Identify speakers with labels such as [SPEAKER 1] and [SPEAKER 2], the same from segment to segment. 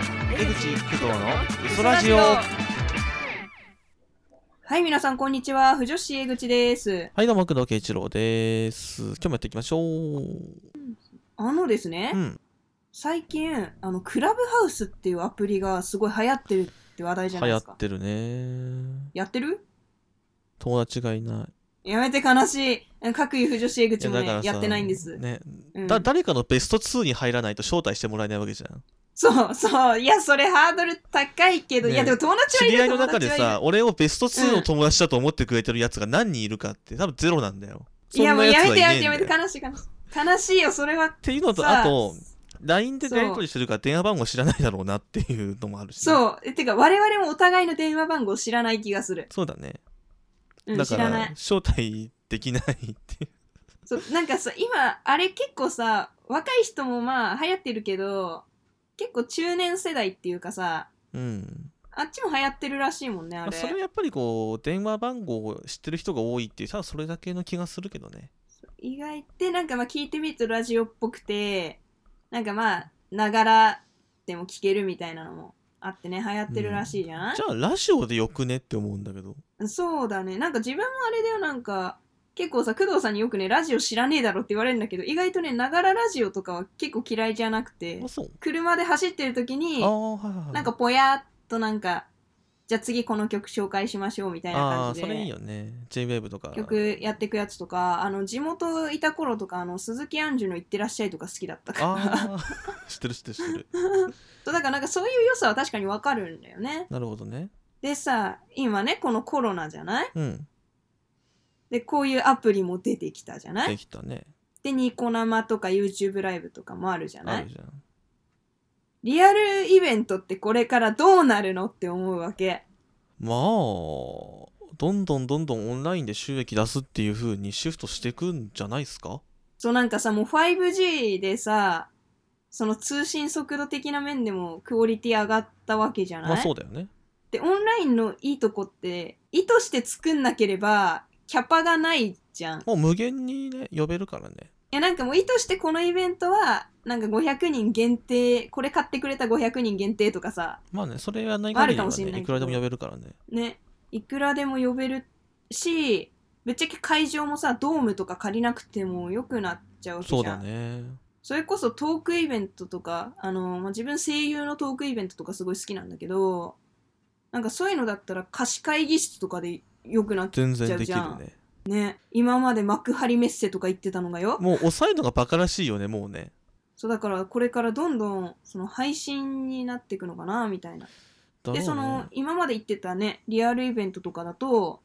[SPEAKER 1] 口工藤のウソラジオ
[SPEAKER 2] はい、皆さん、こんにちは。不女子江口です。
[SPEAKER 1] はいどうも工藤圭一郎です今日もやっていきましょう
[SPEAKER 2] あのですね、
[SPEAKER 1] うん
[SPEAKER 2] 最近、あの、クラブハウスっていうアプリがすごい流行ってるって話題じ
[SPEAKER 1] 流
[SPEAKER 2] ゃない
[SPEAKER 1] 行
[SPEAKER 2] で
[SPEAKER 1] っ
[SPEAKER 2] すか。
[SPEAKER 1] てるね
[SPEAKER 2] やってる
[SPEAKER 1] 友達がいない
[SPEAKER 2] やめて悲しい。各位不女子江
[SPEAKER 1] い
[SPEAKER 2] 口もね、やってないんです。
[SPEAKER 1] ね、
[SPEAKER 2] うん
[SPEAKER 1] だ誰かのベスト2に入らないと招待してもらえないわけじゃん
[SPEAKER 2] そうそう。いや、それハードル高いけど、
[SPEAKER 1] ね
[SPEAKER 2] いや、でも友達
[SPEAKER 1] 知
[SPEAKER 2] はいる
[SPEAKER 1] り合いの中で
[SPEAKER 2] 友達はい
[SPEAKER 1] さ
[SPEAKER 2] る
[SPEAKER 1] 俺をベスト2の友達だと思ってくれてるやつが何人いるかって多分ゼロなんだよ
[SPEAKER 2] いや、もうやめてやめてや
[SPEAKER 1] っ
[SPEAKER 2] めて、悲しい悲しい。悲しいよ、それは
[SPEAKER 1] ていうのと
[SPEAKER 2] さ。
[SPEAKER 1] あと LINE で
[SPEAKER 2] そう
[SPEAKER 1] やり取りしてるから電話番号知らないだろうなっていうのもあるしね、
[SPEAKER 2] そう。えてか、我々もお互いの電話番号知らない気がする。
[SPEAKER 1] そうだね
[SPEAKER 2] うん、
[SPEAKER 1] だ
[SPEAKER 2] 知
[SPEAKER 1] からら
[SPEAKER 2] ない。
[SPEAKER 1] 招待できないっていう
[SPEAKER 2] そうなんかさ今あれ結構さ若い人もまあ流行ってるけど結構中年世代っていうかさ
[SPEAKER 1] うん、
[SPEAKER 2] あっちも流行ってるらしいもんねあ
[SPEAKER 1] まあ
[SPEAKER 2] れ
[SPEAKER 1] それはやっぱりこう電話番号を知ってる人が多いっていうただそれだけの気がするけどね
[SPEAKER 2] 意外ってなんかまあ聞いてみるとラジオっぽくてなんかまあながらでも聞けるみたいなのもあってね流行ってるらしいじゃん、
[SPEAKER 1] じゃあラジオでよくねって思うんだけど
[SPEAKER 2] そうだねなんか自分もあれだよなんか結構さ工藤さんによくねラジオ知らねえだろって言われるんだけど意外とねながらラジオとかは結構嫌いじゃなくて
[SPEAKER 1] あそう
[SPEAKER 2] 車で走ってる時に
[SPEAKER 1] ああはいはいはい
[SPEAKER 2] なんかぽやっとなんか、じゃあ次この曲紹介しましょうみたいな
[SPEAKER 1] ああ
[SPEAKER 2] 感
[SPEAKER 1] ー
[SPEAKER 2] じ
[SPEAKER 1] それいい
[SPEAKER 2] で
[SPEAKER 1] よね JWAVE とか
[SPEAKER 2] 曲やってくやつとか、あの地元いた頃とか、あの鈴木杏樹の「いってらっしゃい」とか好きだったから。
[SPEAKER 1] ああ 知ってる知ってる知ってる
[SPEAKER 2] そうだからなんかそういう良さは確かにわかるんだよね。
[SPEAKER 1] なるほどね
[SPEAKER 2] でさ、今ね、このコロナじゃない
[SPEAKER 1] うん
[SPEAKER 2] で、こういうアプリも出てきたじゃな
[SPEAKER 1] で
[SPEAKER 2] い
[SPEAKER 1] きたね
[SPEAKER 2] で、ニコ生とか YouTube ライブとかもあるじゃな
[SPEAKER 1] ある
[SPEAKER 2] い
[SPEAKER 1] じゃん
[SPEAKER 2] リアルイベントってこれからどうなるのって思うわけ。
[SPEAKER 1] まあどんどんどんどんオンラインで収益出すっていう風にシフトしていくんじゃないですか
[SPEAKER 2] そうなんかさもう 5G でさその通信速度的な面でもクオリティ上がったわけじゃない、
[SPEAKER 1] まあそうだよね
[SPEAKER 2] でオンラインのいいとこって意図して作んなければキャパがないじゃんい
[SPEAKER 1] もう無限にね呼べるからね
[SPEAKER 2] やなんかもう意図してこのイベントはなんか500人限定これ買ってくれた500人限定とかさ
[SPEAKER 1] まあねそれやらない
[SPEAKER 2] ある
[SPEAKER 1] 限り
[SPEAKER 2] か
[SPEAKER 1] は
[SPEAKER 2] もしれな
[SPEAKER 1] ね
[SPEAKER 2] い
[SPEAKER 1] い
[SPEAKER 2] け
[SPEAKER 1] く
[SPEAKER 2] ど
[SPEAKER 1] らでも呼べるからね
[SPEAKER 2] ねいくらでも呼べるしぶっちゃけ会場もさドームとか借りなくてもよくなっちゃうわけじゃ
[SPEAKER 1] そ
[SPEAKER 2] ん
[SPEAKER 1] うだね
[SPEAKER 2] それこそトークイベントとか、あの、まあ、自分声優のトークイベントとかすごい好きなんだけど、なんかそういうのだったら貸し会議室とかでよくなって
[SPEAKER 1] 全然でき
[SPEAKER 2] じ
[SPEAKER 1] る
[SPEAKER 2] ゃあじ
[SPEAKER 1] ね
[SPEAKER 2] ね。今まで幕張メッセとか行ってたのがよ。
[SPEAKER 1] もう抑えるのがバカらしいよねもうね
[SPEAKER 2] そうだからこれからどんどんその配信になっていくのかな、みたいな。
[SPEAKER 1] だろ
[SPEAKER 2] で、
[SPEAKER 1] う
[SPEAKER 2] その
[SPEAKER 1] ね
[SPEAKER 2] 今まで行ってたね、リアルイベントとかだと、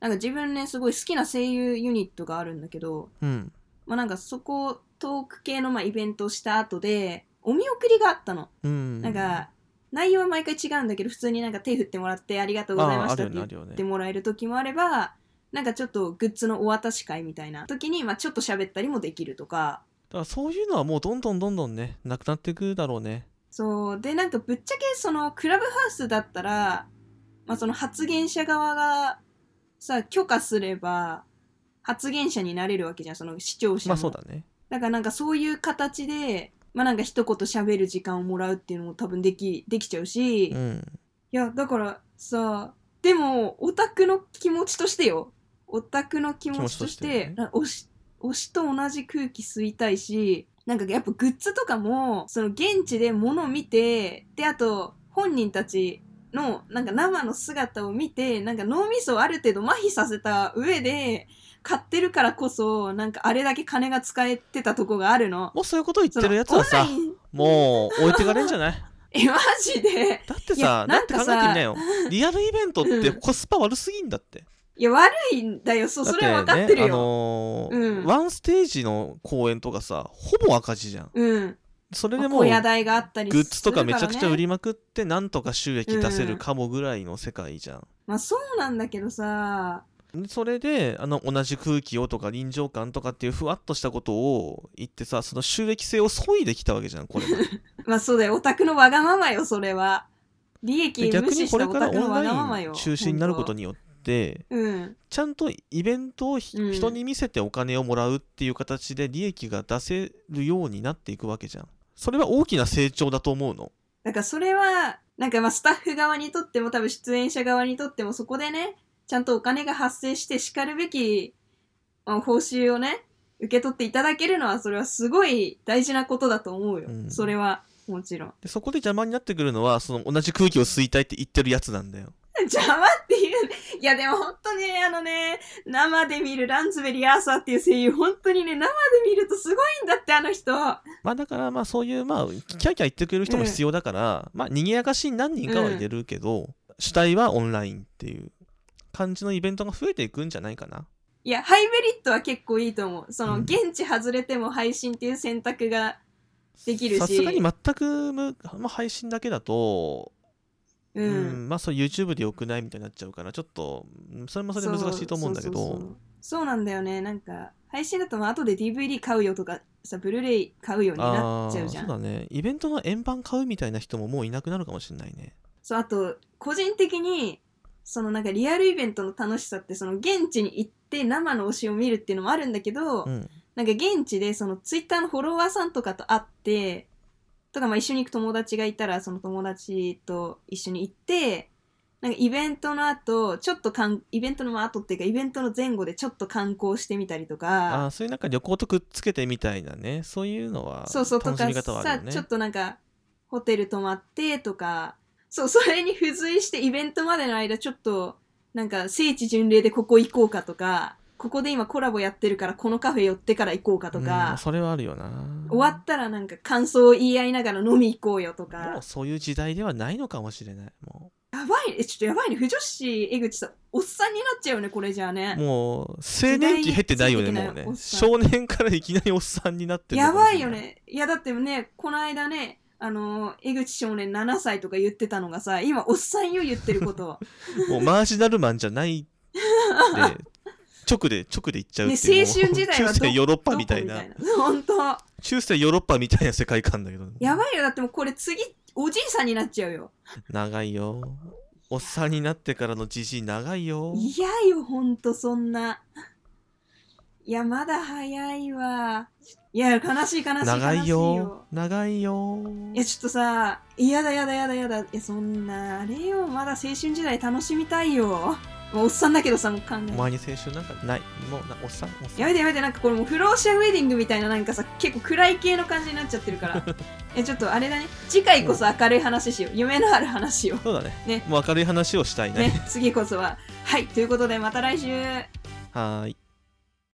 [SPEAKER 2] なんか自分ね、すごい好きな声優ユニットがあるんだけど、
[SPEAKER 1] うん
[SPEAKER 2] まあなんかそこ、トーク系のまあイベントをした後で、お見送りがあったの。
[SPEAKER 1] うん
[SPEAKER 2] なんか、内容は毎回違うんだけど、普通になんか手振ってもらってありがとうございま
[SPEAKER 1] あ
[SPEAKER 2] し
[SPEAKER 1] あ
[SPEAKER 2] た
[SPEAKER 1] る
[SPEAKER 2] って
[SPEAKER 1] よね
[SPEAKER 2] 言
[SPEAKER 1] あ
[SPEAKER 2] っ
[SPEAKER 1] るよね
[SPEAKER 2] てもらえる時もあれば、なんかちょっとグッズのお渡し会みたいな時に、まあちょっと喋ったりもできるとか、
[SPEAKER 1] だからそういうのはもうどんどんどんどんねなくなっていくだろうね
[SPEAKER 2] そう、で、なんかぶっちゃけそのクラブハウスだったら、まあその発言者側がさ、許可すれば、発言者になれるわけじゃん、その視聴者も。
[SPEAKER 1] まあそうだね
[SPEAKER 2] だからなんかそういう形で、まあなんか一言喋る時間をもらうっていうのも多分でき、できちゃうし、
[SPEAKER 1] うん
[SPEAKER 2] いやだからさでもオタクの気持ちとしてよオタクの気持ちとして
[SPEAKER 1] 気持ちとしてね
[SPEAKER 2] な推し推しと同じ空気吸いたいしなんかやっぱグッズとかもその現地で物を見てであと本人たちのなんか生の姿を見てなんか脳みそをある程度麻痺させた上で買ってるからこそなんかあれだけ金が使えてたとこがあるの。
[SPEAKER 1] もうそういうこと言ってるやつはさ
[SPEAKER 2] そのオンライン
[SPEAKER 1] もう置いてかれんじゃない
[SPEAKER 2] えマジで
[SPEAKER 1] だって
[SPEAKER 2] いや
[SPEAKER 1] さだって考えてみ
[SPEAKER 2] なんかさ
[SPEAKER 1] なよリアルイベントって
[SPEAKER 2] うん
[SPEAKER 1] コスパ悪すぎんだって
[SPEAKER 2] いや悪いんだよそう
[SPEAKER 1] だ
[SPEAKER 2] そ
[SPEAKER 1] っ
[SPEAKER 2] れは分かって
[SPEAKER 1] てね
[SPEAKER 2] る
[SPEAKER 1] あ
[SPEAKER 2] よ。
[SPEAKER 1] の
[SPEAKER 2] う
[SPEAKER 1] ー
[SPEAKER 2] ん
[SPEAKER 1] ワンステージの公演とかさほぼ赤字じゃん
[SPEAKER 2] うん
[SPEAKER 1] それ
[SPEAKER 2] ま
[SPEAKER 1] で
[SPEAKER 2] あ
[SPEAKER 1] もう
[SPEAKER 2] 小屋台があったり
[SPEAKER 1] グッズとかめちゃくちゃ売
[SPEAKER 2] り、
[SPEAKER 1] りまくってなんとか収益出せ
[SPEAKER 2] う
[SPEAKER 1] る
[SPEAKER 2] ん
[SPEAKER 1] かもぐらいの世界じゃん、
[SPEAKER 2] まあそうなんだけどさ
[SPEAKER 1] それであの同じ空気をとか臨場感とかっていうふわっとしたことを言ってさその収益性を削いできたわけじゃんこれ まで
[SPEAKER 2] まあそうだよオタクのわがままよそれは利益
[SPEAKER 1] で逆
[SPEAKER 2] 無視
[SPEAKER 1] に
[SPEAKER 2] し
[SPEAKER 1] こ
[SPEAKER 2] た
[SPEAKER 1] れ
[SPEAKER 2] オ
[SPEAKER 1] か
[SPEAKER 2] タ
[SPEAKER 1] ら
[SPEAKER 2] クのわがま
[SPEAKER 1] オン
[SPEAKER 2] ま
[SPEAKER 1] ライ
[SPEAKER 2] よ
[SPEAKER 1] ン中心になること
[SPEAKER 2] に
[SPEAKER 1] によって
[SPEAKER 2] うん
[SPEAKER 1] ちゃんとイベントをひ、
[SPEAKER 2] うん
[SPEAKER 1] 人に見せてお金をもらうっていう形で利益が出せるようになっていくわけじゃんそれは大きな成長だと思うの
[SPEAKER 2] だからそれはなんかまあスタッフ側にとっても多分出演者側にとってもそこでねちゃんとお金が発生してしかるべき、まあ、報酬をね受け取っていただけるのはそれはすごい大事なことだと思うよ、
[SPEAKER 1] うん
[SPEAKER 2] それはもちろん
[SPEAKER 1] でそこで邪魔になってくるのはその同じ空気を吸いたいって言ってるやつなんだよ
[SPEAKER 2] 邪魔っていういやでも本当ねあのね生で見るランズベリーアーサーっていう声優本当にね生で見るとすごいんだってあの人
[SPEAKER 1] まあだからまあそういうまあキャーキャー言ってくれる人も必要だから、まあ賑やかしに何人かは入れるけど、主体はオンラインっていう感じのイベントが増えていくんじゃないかない
[SPEAKER 2] やハイブリッドは結構いいと思うそうの
[SPEAKER 1] ん
[SPEAKER 2] 現地外れても配信っていう選択ができるし
[SPEAKER 1] さすがに全くむ、まあ、配信だけだと、
[SPEAKER 2] うん、
[SPEAKER 1] うんまあそう YouTube でよくないみたいになっちゃうからちょっとうんそれもそれで難しいと思うんだけど
[SPEAKER 2] そうそうそうそうなんだよねなんか配信だとまあ後で DVD 買うよとかさブルーレイ買うようにな
[SPEAKER 1] あ
[SPEAKER 2] っ
[SPEAKER 1] あ
[SPEAKER 2] ちゃう
[SPEAKER 1] ー
[SPEAKER 2] じゃ
[SPEAKER 1] そ
[SPEAKER 2] ん
[SPEAKER 1] う
[SPEAKER 2] そう
[SPEAKER 1] だねイベントの円盤買うみたいな人ももういなくなるかもしれないね
[SPEAKER 2] あと個人的にそのなんかリアルイベントの楽しさってその現地に行って生の推しを見るっていうのもあるんだけど、
[SPEAKER 1] うん
[SPEAKER 2] なんか現地でそのツイッターのフォロワーさんとかと会ってとかまあ一緒に行く友達がいたらその友達と一緒に行ってなんかイベントの後ちょっとかんイベントの後っていうかイベントの前後でちょっと観光してみたりと
[SPEAKER 1] ああ
[SPEAKER 2] か
[SPEAKER 1] そういうなんか旅行とくっつけてみたいなねそういうのは
[SPEAKER 2] そうそうと
[SPEAKER 1] 楽し
[SPEAKER 2] か
[SPEAKER 1] み方はある
[SPEAKER 2] さ
[SPEAKER 1] よね
[SPEAKER 2] ちょっとなんかホテル泊まってとかそうそれに付随してイベントまでの間ちょっとなんか聖地巡礼でここ行こうかとかここで今コラボやってるからこのカフェ寄ってから行こうかとか、
[SPEAKER 1] うんそれはあるよな
[SPEAKER 2] 終わったらなんか感想を言い合いながら飲み行こうよと
[SPEAKER 1] も
[SPEAKER 2] か
[SPEAKER 1] うそういう時代ではないのかもしれないも
[SPEAKER 2] やばいねえちょっとやばいね不女子江口さんおっさんになっちゃうよねこれじゃあ
[SPEAKER 1] う
[SPEAKER 2] ね
[SPEAKER 1] もう青年期減ってないよね
[SPEAKER 2] 時代
[SPEAKER 1] もうね
[SPEAKER 2] おっさん
[SPEAKER 1] 少年からいきなりおっさんになってるの
[SPEAKER 2] や
[SPEAKER 1] かも
[SPEAKER 2] ば
[SPEAKER 1] し
[SPEAKER 2] い
[SPEAKER 1] れ
[SPEAKER 2] よ
[SPEAKER 1] な
[SPEAKER 2] ねいやだってねこの間ねあのー江口少年7歳とか言ってたのがさ今おっさんよ言ってること
[SPEAKER 1] もうマージナルマンじゃないで直で直でいっちゃうって
[SPEAKER 2] ね
[SPEAKER 1] いう、
[SPEAKER 2] 青春時代はど
[SPEAKER 1] もう中世ヨーロッパみたい
[SPEAKER 2] ど
[SPEAKER 1] な
[SPEAKER 2] こみたいな本当
[SPEAKER 1] 中世ヨーロッパみたいな世界観だけど
[SPEAKER 2] やばいよだってもうこれ次おじいさんになっちゃうよ
[SPEAKER 1] 長いよおっさんになってからのじじい長いよ
[SPEAKER 2] いやよ、ほんとそんな。いや、まだ早いわ。いや、悲しい悲しい悲しい
[SPEAKER 1] 長いよ
[SPEAKER 2] よ。
[SPEAKER 1] 長いよ
[SPEAKER 2] いや、ちょっとさ、いやだやだやだやだ。いや、そんな、あれよ、まだ青春時代楽しみたいよ。もうおっさんだけどさ、もう考
[SPEAKER 1] お
[SPEAKER 2] え。
[SPEAKER 1] 前に青春なんかないもうなおっさんおっさん
[SPEAKER 2] やめてやめて、なんかこれもう不老者ウェディングみたいな、なんかさ、結構暗い系の感じになっちゃってる から。え、ちょっとあれだね。次回こそ明るい話しよう。夢のある話を。
[SPEAKER 1] そうだね
[SPEAKER 2] ね
[SPEAKER 1] もう明るい話をしたいね
[SPEAKER 2] ね、次こそは。はい、ということで、また来週。
[SPEAKER 1] はーい